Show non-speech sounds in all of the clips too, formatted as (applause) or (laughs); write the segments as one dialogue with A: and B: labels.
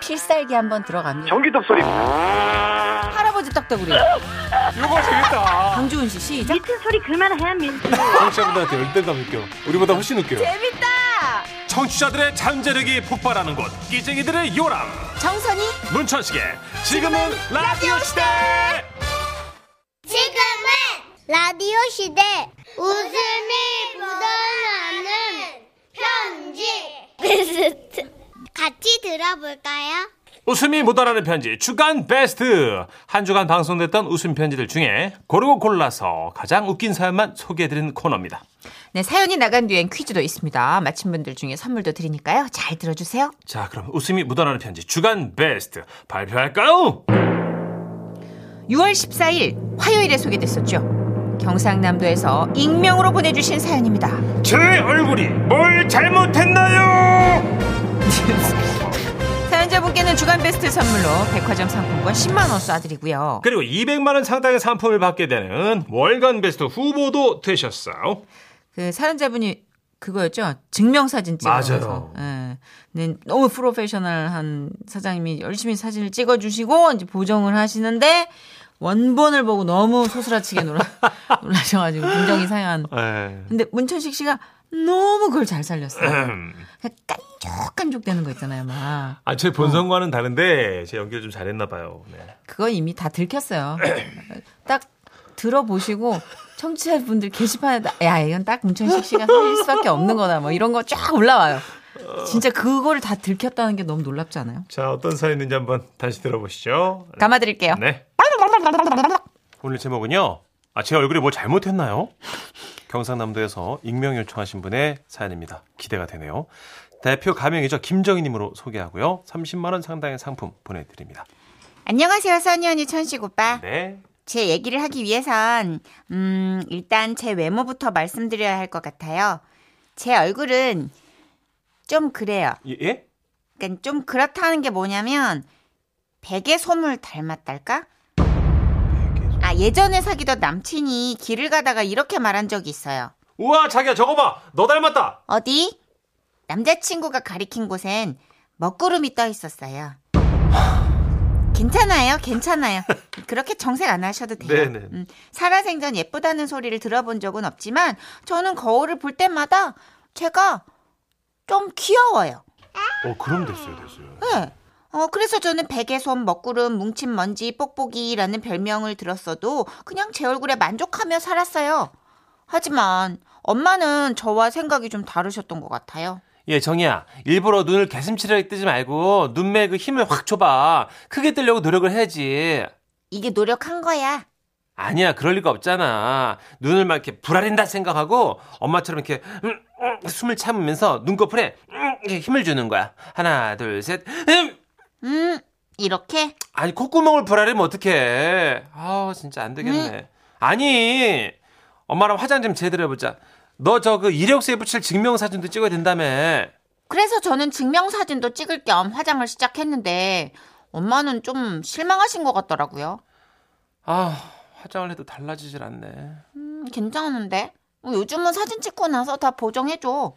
A: 필살기 한번 들어갑니다.
B: 전기톱 소리.
A: 할아버지 떡떡구리.
C: 이거 재밌다.
A: 강주훈 씨 시작.
D: 미친 소리 그만해 민수.
C: 청취자분들한테 열대감 느껴. 우리보다 훨씬 느껴.
A: 재밌다.
C: 청취자들의 잠재력이 폭발하는 곳. 끼쟁이들의 요람.
A: 정선이
C: 문천식의 지금은 라디오 시대.
E: 지금은 라디오 시대 웃음이 묻어나는 편지 같이 들어볼까요?
C: 웃음이 묻어나는 편지 주간 베스트 한 주간 방송됐던 웃음 편지들 중에 고르고 골라서 가장 웃긴 사연만 소개해드리는 코너입니다.
A: 네 사연이 나간 뒤엔 퀴즈도 있습니다. 맞힌 분들 중에 선물도 드리니까요. 잘 들어주세요.
C: 자 그럼 웃음이 묻어나는 편지 주간 베스트 발표할까요?
A: 6월 14일 화요일에 소개됐었죠. 경상남도에서 익명으로 보내주신 사연입니다. (laughs)
C: 제 얼굴이 뭘 잘못했나요?
A: 사연자분께는 주간 베스트 선물로 백화점 상품권 10만 원 쏴드리고요.
C: 그리고 200만 원 상당의 상품을 받게 되는 월간 베스트 후보도 되셨어요.
A: 그 사연자분이 그거였죠. 증명사진 찍어서.
C: 맞아요.
A: 예. 네, 너무 프로페셔널한 사장님이 열심히 사진을 찍어주시고 이제 보정을 하시는데 원본을 보고 너무 소스라치게 놀라,
C: (laughs)
A: 놀라셔가지고 굉장히 상한.
C: 네.
A: 근데 문천식 씨가 너무 그걸 잘 살렸어요.
C: 음.
A: 그냥 깐족깐족 되는 거 있잖아요, 막.
C: 아, 제 본성과는 다른데 제 연기를 좀 잘했나 봐요. 네.
A: 그건 이미 다 들켰어요. (clears throat) 딱 들어보시고 청취자분들 게시판에다 야 이건 딱 문천식 씨가 살릴 수밖에 없는 거다 뭐 이런 거 쫙 올라와요. 진짜 그거를 다 들켰다는 게 너무 놀랍지 않아요?
C: 자, 어떤 사연인지 한번 다시 들어보시죠.
A: 감아드릴게요.
C: 네. 오늘 제목은요. 아, 제 얼굴이 뭘 잘못했나요? 경상남도에서 익명 요청하신 분의 사연입니다. 기대가 되네요. 대표 가명이죠. 김정희님으로 소개하고요. 30만원 상당의 상품 보내드립니다.
A: 안녕하세요 선희 언니 천식 오빠.
C: 네.
A: 제 얘기를 하기 위해선 음 일단 제 외모부터 말씀드려야 할 것 같아요. 제 얼굴은 좀 그래요.
C: 예? 예?
A: 그러니까 좀 그렇다는 게 뭐냐면 베개 솜을 닮았달까? 아 예전에 사귀던 남친이 길을 가다가 이렇게 말한 적이 있어요.
C: 우와, 자기야, 저거 봐! 너 닮았다!
A: 어디? 남자친구가 가리킨 곳엔 먹구름이 떠 있었어요. 괜찮아요, 괜찮아요. 그렇게 정색 안 하셔도 돼요.
C: 네네.
A: 음, 살아생전 예쁘다는 소리를 들어본 적은 없지만 저는 거울을 볼 때마다 제가 좀 귀여워요.
C: 어, 그럼 됐어요, 됐어요.
A: 네. 어, 그래서 저는 베개솜, 먹구름, 뭉친 먼지, 뽁뽁이라는 별명을 들었어도 그냥 제 얼굴에 만족하며 살았어요. 하지만 엄마는 저와 생각이 좀 다르셨던 것 같아요.
C: 예, 정희야. 일부러 눈을 개슴츠레 뜨지 말고 눈매 그 힘을 확 줘봐. 크게 뜨려고 노력을 해야지.
A: 이게 노력한 거야.
C: 아니야, 그럴 리가 없잖아. 눈을 막 이렇게 불아린다 생각하고 엄마처럼 이렇게 음, 음, 숨을 참으면서 눈꺼풀에 음, 이렇게 힘을 주는 거야. 하나, 둘, 셋. 음!
A: 음, 이렇게?
C: 아니, 콧구멍을 불아리면 어떡해. 아우, 진짜 안 되겠네. 아니, 엄마랑 화장 좀 제대로 해보자. 너 저 그 이력서에 붙일 증명사진도 찍어야 된다며.
A: 그래서 저는 증명사진도 찍을 겸 화장을 시작했는데 엄마는 좀 실망하신 것 같더라고요.
C: 아, 화장을 해도 달라지질 않네.
A: 음, 괜찮은데? 어, 요즘은 사진 찍고 나서 다 보정해줘.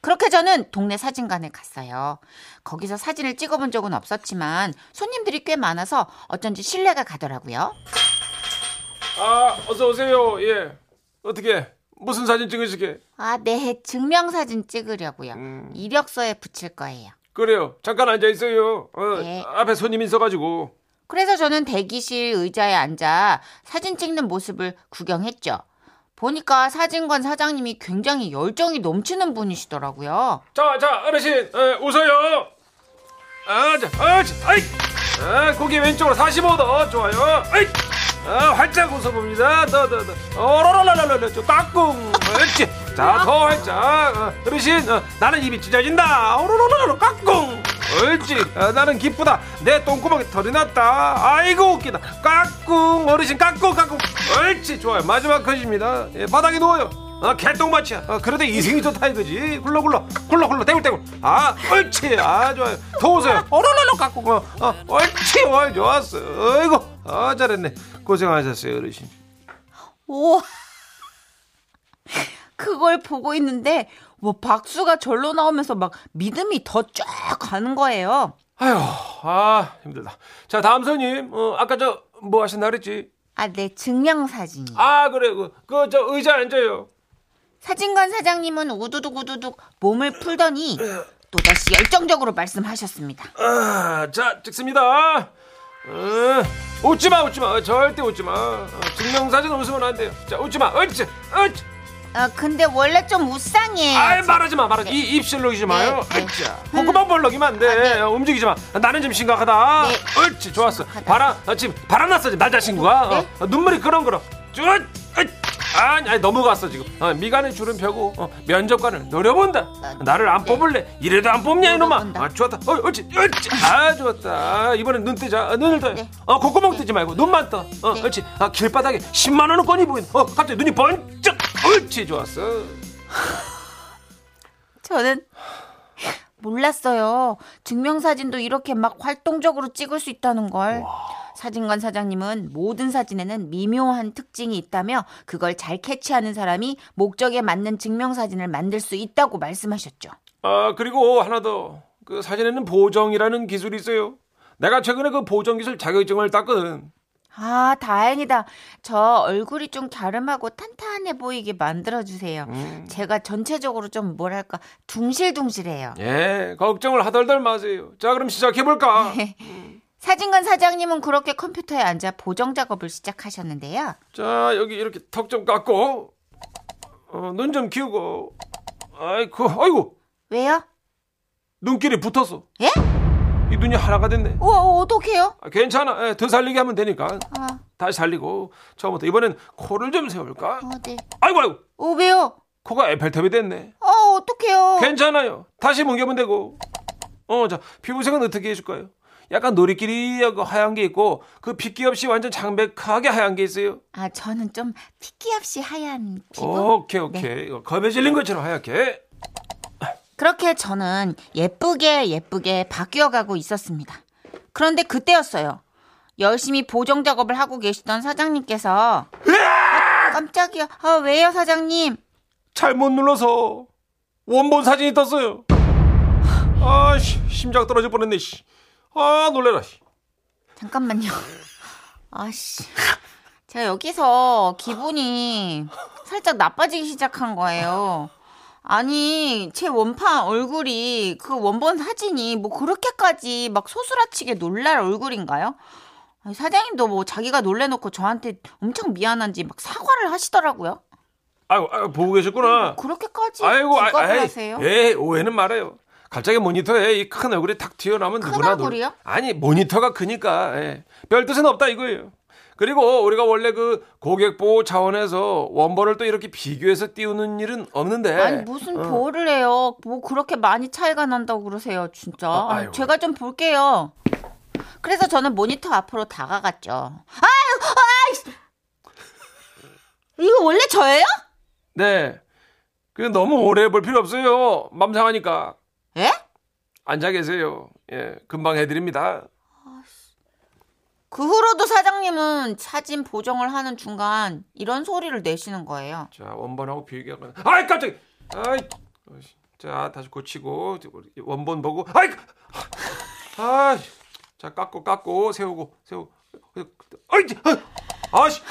A: 그렇게 저는 동네 사진관에 갔어요. 거기서 사진을 찍어본 적은 없었지만 손님들이 꽤 많아서 어쩐지 신뢰가 가더라고요.
C: 아, 어서 오세요. 예. 어떻게 무슨 사진 찍으시게?
A: 아, 네. 증명사진 찍으려고요.
C: 음.
A: 이력서에 붙일 거예요.
C: 그래요. 잠깐 앉아 있어요. 어,
A: 네.
C: 앞에 손님 있어가지고.
A: 그래서 저는 대기실 의자에 앉아 사진 찍는 모습을 구경했죠. 보니까 사진관 사장님이 굉장히 열정이 넘치는 분이시더라고요.
C: 자, 자, 어르신, 에, 웃어요. 아, 자, 아, 자, 아이. 아, 고개 왼쪽으로 45도. 좋아요. 아이. 아, 활짝 웃어봅니다. 더, 더, 더. 어, 라라라라라. 저 까꿍. 그렇지. 자, 더 활짝. 어, 어르신, 어, 나는 입이 찢어진다. 오로로로로 까꿍. 옳지. 어, 나는 기쁘다. 내 똥구멍에 털이 났다. 아이고, 웃기다. 까꿍. 어르신, 까꿍, 까꿍. 옳지. 좋아요. 마지막 컷입니다. 예, 바닥에 누워요. 어, 개똥밭이야. 어, 그래도 이승이 좋다 이거지. 굴러, 굴러. 굴러, 굴러. 대굴대굴. 아, 옳지. 아, 좋아요. 더 웃어요. 오로로로 까꿍. 어, 어, 옳지. 어, 좋았어. 어이구. 아, 잘했네. 고생하셨어요, 어르신.
F: (laughs)
A: 오. 그걸 보고 있는데 뭐 박수가 절로 나오면서 막 믿음이 더 쫙 가는 거예요.
C: 아휴, 아, 힘들다. 자, 다음 손님. 어, 아까 저 뭐 하신다 그랬지?
F: 아, 네, 증명사진.
C: 아, 그래. 그, 그, 저 의자 앉아요.
F: 사진관 사장님은 우두둑 우두둑 몸을 풀더니 또다시 열정적으로 말씀하셨습니다.
C: 아, 자, 찍습니다. 어, 웃지 마, 웃지 마. 어, 절대 웃지 마. 어, 증명사진 웃으면 안 돼요. 자, 웃지 마. 어찌, 어찌.
F: 아, 근데 원래 좀 우상해.
C: 아이, 말하지 마, 말하지 마. 이 입술로 울리지 마요.
F: 예, 네, 네.
C: 어찌. 콧구멍 벌럭이면 안 돼. 어, 움직이지 마. 나는 좀 심각하다.
F: 네.
C: 어찌, 좋았어.
F: 심각하다.
C: 바람, 어, 지금 바람 났어, 지금 남자친구가.
F: 네?
C: 어, 눈물이 그렁그렁. 쭈, 어찌. 아니, 아니, 넘어갔어, 지금. 어, 미간에 주름 펴고, 어, 면접관을 노려본다. 나를 안 뽑을래. 이래도 안 뽑냐, 이놈아.
F: 네. 노려본다.
C: 아, 좋았다. 어, 어찌, 어찌. 아, 좋았다. 아, 이번엔 눈 뜨자. 아, 눈을 떠요.
F: 네.
C: 어, 콧구멍 뜨지 말고 눈만 떠. 어,
F: 네.
C: 어찌. 아, 길바닥에 10만원권이 보인. 어, 갑자기 눈이 번쩍. 어찌, 좋았어.
F: 저는 몰랐어요. 증명사진도 이렇게 막 활동적으로 찍을 수 있다는 걸. 사진관 사장님은 모든 사진에는 미묘한 특징이 있다며 그걸 잘 캐치하는 사람이 목적에 맞는 증명사진을 만들 수 있다고 말씀하셨죠.
C: 아 그리고 하나 더 그 사진에는 보정이라는 기술이 있어요. 내가 최근에 그 보정 기술 자격증을 땄거든.
F: 아, 다행이다. 저 얼굴이 좀 갸름하고 탄탄해 보이게 만들어주세요. 제가 전체적으로 좀 뭐랄까, 둥실둥실해요.
C: 예, 걱정을 하덜덜 마세요. 자, 그럼 시작해 볼까?
F: 네. 사진관 사장님은 그렇게 컴퓨터에 앉아 보정 작업을 시작하셨는데요.
C: 자, 여기 이렇게 턱 좀 깎고, 어, 눈 좀 키우고. 아이고, 아이고,
F: 왜요?
C: 눈길이 붙었어.
F: 예?
C: 이 눈이 하나가 됐네.
F: 어, 어, 어떡해요?
C: 아, 괜찮아, 예, 더 살리게 하면 되니까.
F: 아,
C: 다시 살리고 처음부터 이번엔 코를 좀 세울까?
F: 어, 네.
C: 아이고, 아이고,
F: 어, 왜요?
C: 코가 에펠탑이 됐네.
F: 어, 어떡해요?
C: 괜찮아요. 다시 뭉개면 되고. 어, 자, 피부색은 어떻게 해줄까요? 약간 노리끼리하고 하얀 게 있고, 그 핏기 없이 완전 장백하게 하얀 게 있어요.
F: 아, 저는 좀 핏기 없이 하얀 피부. 네.
C: 오케이, 오케이. 이거 겁에 질린 것처럼 하얗게.
F: 그렇게 저는 예쁘게 예쁘게 바뀌어가고 있었습니다. 그런데 그때였어요. 열심히 보정 작업을 하고 계시던 사장님께서 아, 깜짝이야. 아, 왜요, 사장님?
C: 잘못 눌러서 원본 사진이 떴어요. 아, 씨, 심장 떨어질 뻔했네, 씨. 아, 놀래라, 씨.
F: 잠깐만요. (laughs) 아씨. 제가 여기서 기분이 살짝 나빠지기 시작한 거예요. 아니, 제 원판 얼굴이 그 원본 사진이 뭐 그렇게까지 막 소스라치게 놀랄 얼굴인가요? 아니, 사장님도 뭐 자기가 놀래놓고 저한테 엄청 미안한지 막 사과를 하시더라고요.
C: 아이고, 아이고, 보고 계셨구나.
F: 그렇게까지
C: 아이고, 아,
F: 기겁을
C: 아이,
F: 하세요?
C: 에이, 오해는 말아요. 갑자기 모니터에 이 큰 얼굴이 탁 튀어나오면
F: 큰
C: 누구나
F: 얼굴이요?
C: 아니 모니터가 크니까 예. 별 뜻은 없다 이거예요. 그리고 우리가 원래 그 고객 보호 차원에서 원본을 또 이렇게 비교해서 띄우는 일은 없는데.
F: 아니 무슨 보호를 해요? 뭐 그렇게 많이 차이가 난다고 그러세요, 진짜.
C: 아,
F: 아니,
C: 아이고.
F: 제가 좀 볼게요. 그래서 저는 모니터 앞으로 다가갔죠. 아유, 아이씨. 이거 원래 저예요?
C: 네. 그 너무 오래 볼 필요 없어요. 맘 상하니까
F: 예?
C: 앉아 계세요. 예, 금방 해드립니다.
F: 그 후로도 사장님은 사진 보정을 하는 중간 이런 소리를 내시는 거예요.
C: 자 원본하고 비교하고. 아이 깜짝. 아이. 어이씨. 자 다시 고치고 원본 보고. 아이. 아이. 자 깎고 깎고 세우고 세우고. 아이. 아씨.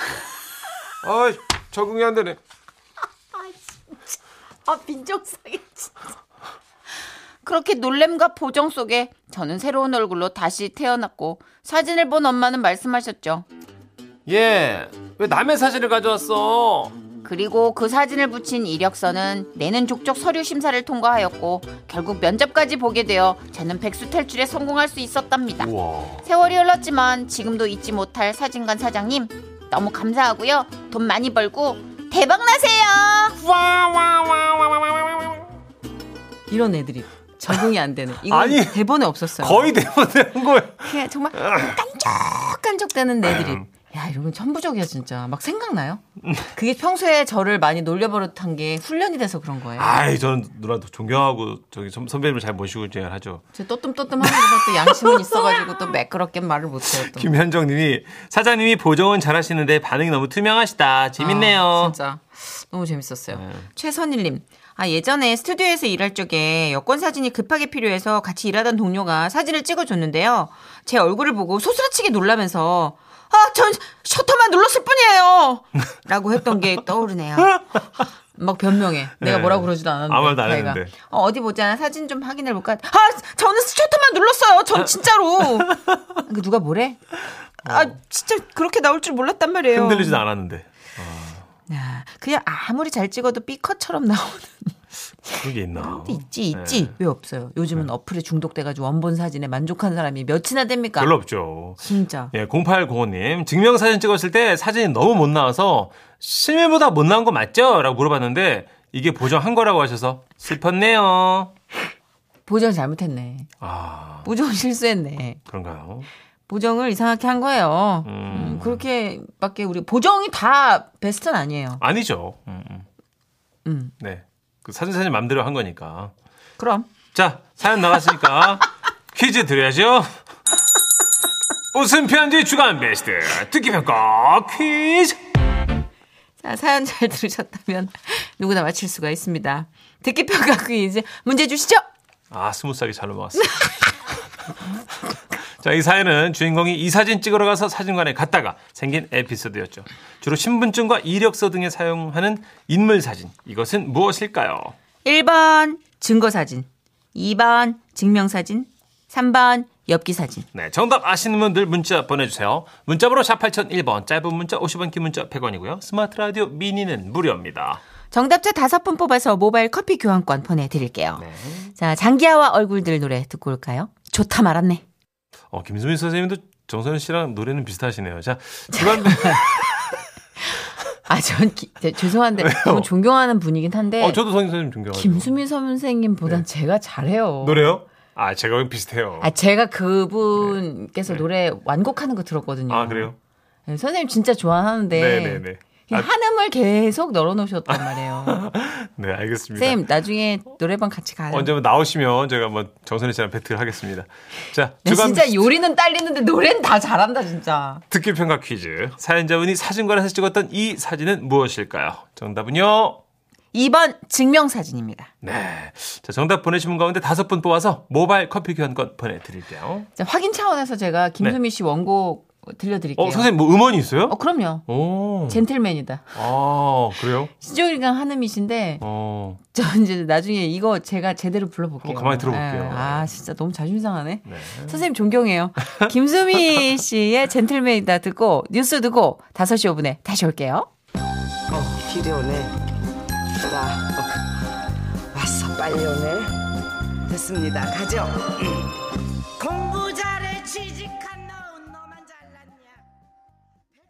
C: 아이 적응이 안 되네.
F: 아, 민정상이 진짜. 그렇게 놀램과 보정 속에 저는 새로운 얼굴로 다시 태어났고 사진을 본 엄마는 말씀하셨죠.
C: 예. 왜 남의 사진을 가져왔어?
F: 그리고 그 사진을 붙인 이력서는 내는 족족 서류 심사를 통과하였고 결국 면접까지 보게 되어 저는 백수 탈출에 성공할 수 있었답니다.
C: 우와.
F: 세월이 흘렀지만 지금도 잊지 못할 사진관 사장님 너무 감사하고요. 돈 많이 벌고 대박 나세요.
C: 와와와와와와와.
F: 이런 애들이 적응이 안 되는.
C: 이건 아니,
F: 대본에 없었어요.
C: 거의 (laughs) 대본 된 거예요.
F: 그냥 정말 깐적깐적대는 애들이.
C: 음.
F: 야 이런 건 천부적이야 진짜. 막 생각나요? 그게 평소에 저를 많이 놀려버릇한 게 훈련이 돼서 그런 거예요.
B: 아이 저는 누나도 존경하고 저기 선, 선배님을 잘 모시고 진행을 하죠.
F: 제 또뜸또뜸 하면서 또 양심은 있어가지고 또 매끄럽게 말을 못해요. 또.
B: 김현정님이 사장님이 보정은 잘하시는데 반응이 너무 투명하시다. 재밌네요. 네.
F: 아, 진짜 너무 재밌었어요. 최선일님
A: 아, 예전에 스튜디오에서 일할 적에 여권 사진이 급하게 필요해서 같이 일하던 동료가 사진을 찍어줬는데요. 제 얼굴을 보고 소스라치게 놀라면서 아, 전 셔터만 눌렀을
B: (laughs)
A: 뿐이에요. 라고 했던 게 떠오르네요. 막 변명해. 내가
B: 네.
A: 뭐라고 그러지도 않았는데.
B: 아무 말도 안
A: 자기가.
B: 했는데.
A: 어, 어디 보자. 사진 좀 확인해 볼까? 아, 저는 셔터만 눌렀어요. 전 진짜로. 그 누가 뭐래? 아, 진짜 그렇게 나올 줄 몰랐단 말이에요.
B: 어. 흔들리진 않았는데
A: 야, 그냥 아무리 잘 찍어도 삐컷처럼 나오는
B: 그게 있나?
A: 데 있지
B: 네.
A: 있지 왜 없어요? 요즘은 어플에 중독돼가지고 원본 사진에 만족한 사람이 몇이나 됩니까?
B: 별로 없죠.
A: 진짜
B: 예, 0805님 증명 사진 찍었을 때 사진이 너무 못 나와서 실물보다 못 나온 거 맞죠?라고 물어봤는데 이게 보정한 거라고 하셔서 슬펐네요.
A: 보정 잘못했네.
B: 아
A: 보정 실수했네.
B: 그런가요?
A: 보정을 이상하게 한 거예요. 음, 그렇게밖에 우리 보정이 다 베스트는 아니에요.
B: 아니죠. 음, 음.
A: 음.
B: 네, 그 사진 사진 맘대로 한 거니까.
A: 그럼
B: 자 사연 나갔으니까 퀴즈 드려야죠. 웃음 편지 주간 베스트 듣기 평가 퀴즈.
A: 자, 사연 잘 들으셨다면 누구나 맞힐 수가 있습니다. 듣기 평가 퀴즈 문제 주시죠.
B: 아 스무스하게 잘 넘어갔어. 자, 이 사연은 주인공이 이 사진 찍으러 가서 사진관에 갔다가 생긴 에피소드였죠. 주로 신분증과 이력서 등에 사용하는 인물 사진. 이것은 무엇일까요?
A: 1번 증거사진, 2번 증명사진, 3번 엽기사진.
B: 네, 정답 아시는 분들 문자 보내주세요. 문자번호 샵 8001번, 짧은 문자 50원, 긴 문자 100원이고요. 스마트 라디오 미니는 무료입니다.
A: 정답자 다섯 분 뽑아서 모바일 커피 교환권 보내드릴게요. 자, 장기하와 얼굴들 노래 듣고 올까요? 좋다 말았네.
B: 어, 김수민 선생님도 정선 씨랑 노래는 비슷하시네요. 자,
A: (laughs)
B: 주간
A: 아, 전 기- 제- 죄송한데 너무 존경하는 분이긴 한데
B: 어, 저도 성인 선생님 존경하죠.
A: 김수민 선생님보단 제가 잘해요.
B: 노래요? 아, 제가 비슷해요.
A: 아, 제가 그분께서 노래 완곡하는 거 들었거든요.
B: 네. 아, 그래요?
A: 네, 선생님 진짜 좋아하는데
B: 네, 네, 네. 아,
A: 그냥 한음을 계속 널어놓으셨단
B: (laughs)
A: 말이에요.
B: 네, 알겠습니다.
A: 선생님 네. 나중에 노래방 같이 가요.
B: 언제 뭐 나오시면 제가 뭐 정선희 씨랑 배틀 하겠습니다. 자,
A: 네,
B: 주간
A: 진짜 요리는 딸리는데 노래는 다 잘한다 진짜.
B: 듣기 평가 퀴즈. 사연자분이 사진관에서 찍었던 이 사진은 무엇일까요? 정답은요.
A: 2번 증명사진입니다.
B: 네. 자, 정답 보내신 분 가운데 다섯 분 뽑아서 모바일 커피 교환권 보내드릴게요. 어,
A: 자, 확인 차원에서 제가 김수미 씨 원곡 들려드릴게요.
B: 네. 어, 선생님 뭐 음원이 있어요?
A: 어, 그럼요.
B: 오.
A: 젠틀맨이다.
B: 아, 그래요?
A: 신종일강 한음이신데
B: 어.
A: 저 이제 나중에 이거 제가 제대로 불러볼게요.
B: 한번 가만히 들어볼게요.
A: 예. 아 진짜 너무 자존심 상하네.
B: 네.
A: 선생님 존경해요. 김수미 씨의 젠틀맨이다 듣고 뉴스 듣고 5시 5분에 다시 올게요.
D: 어, 길이 오네. 와, 어, 왔어, 빨리 오네. 됐습니다. 가죠.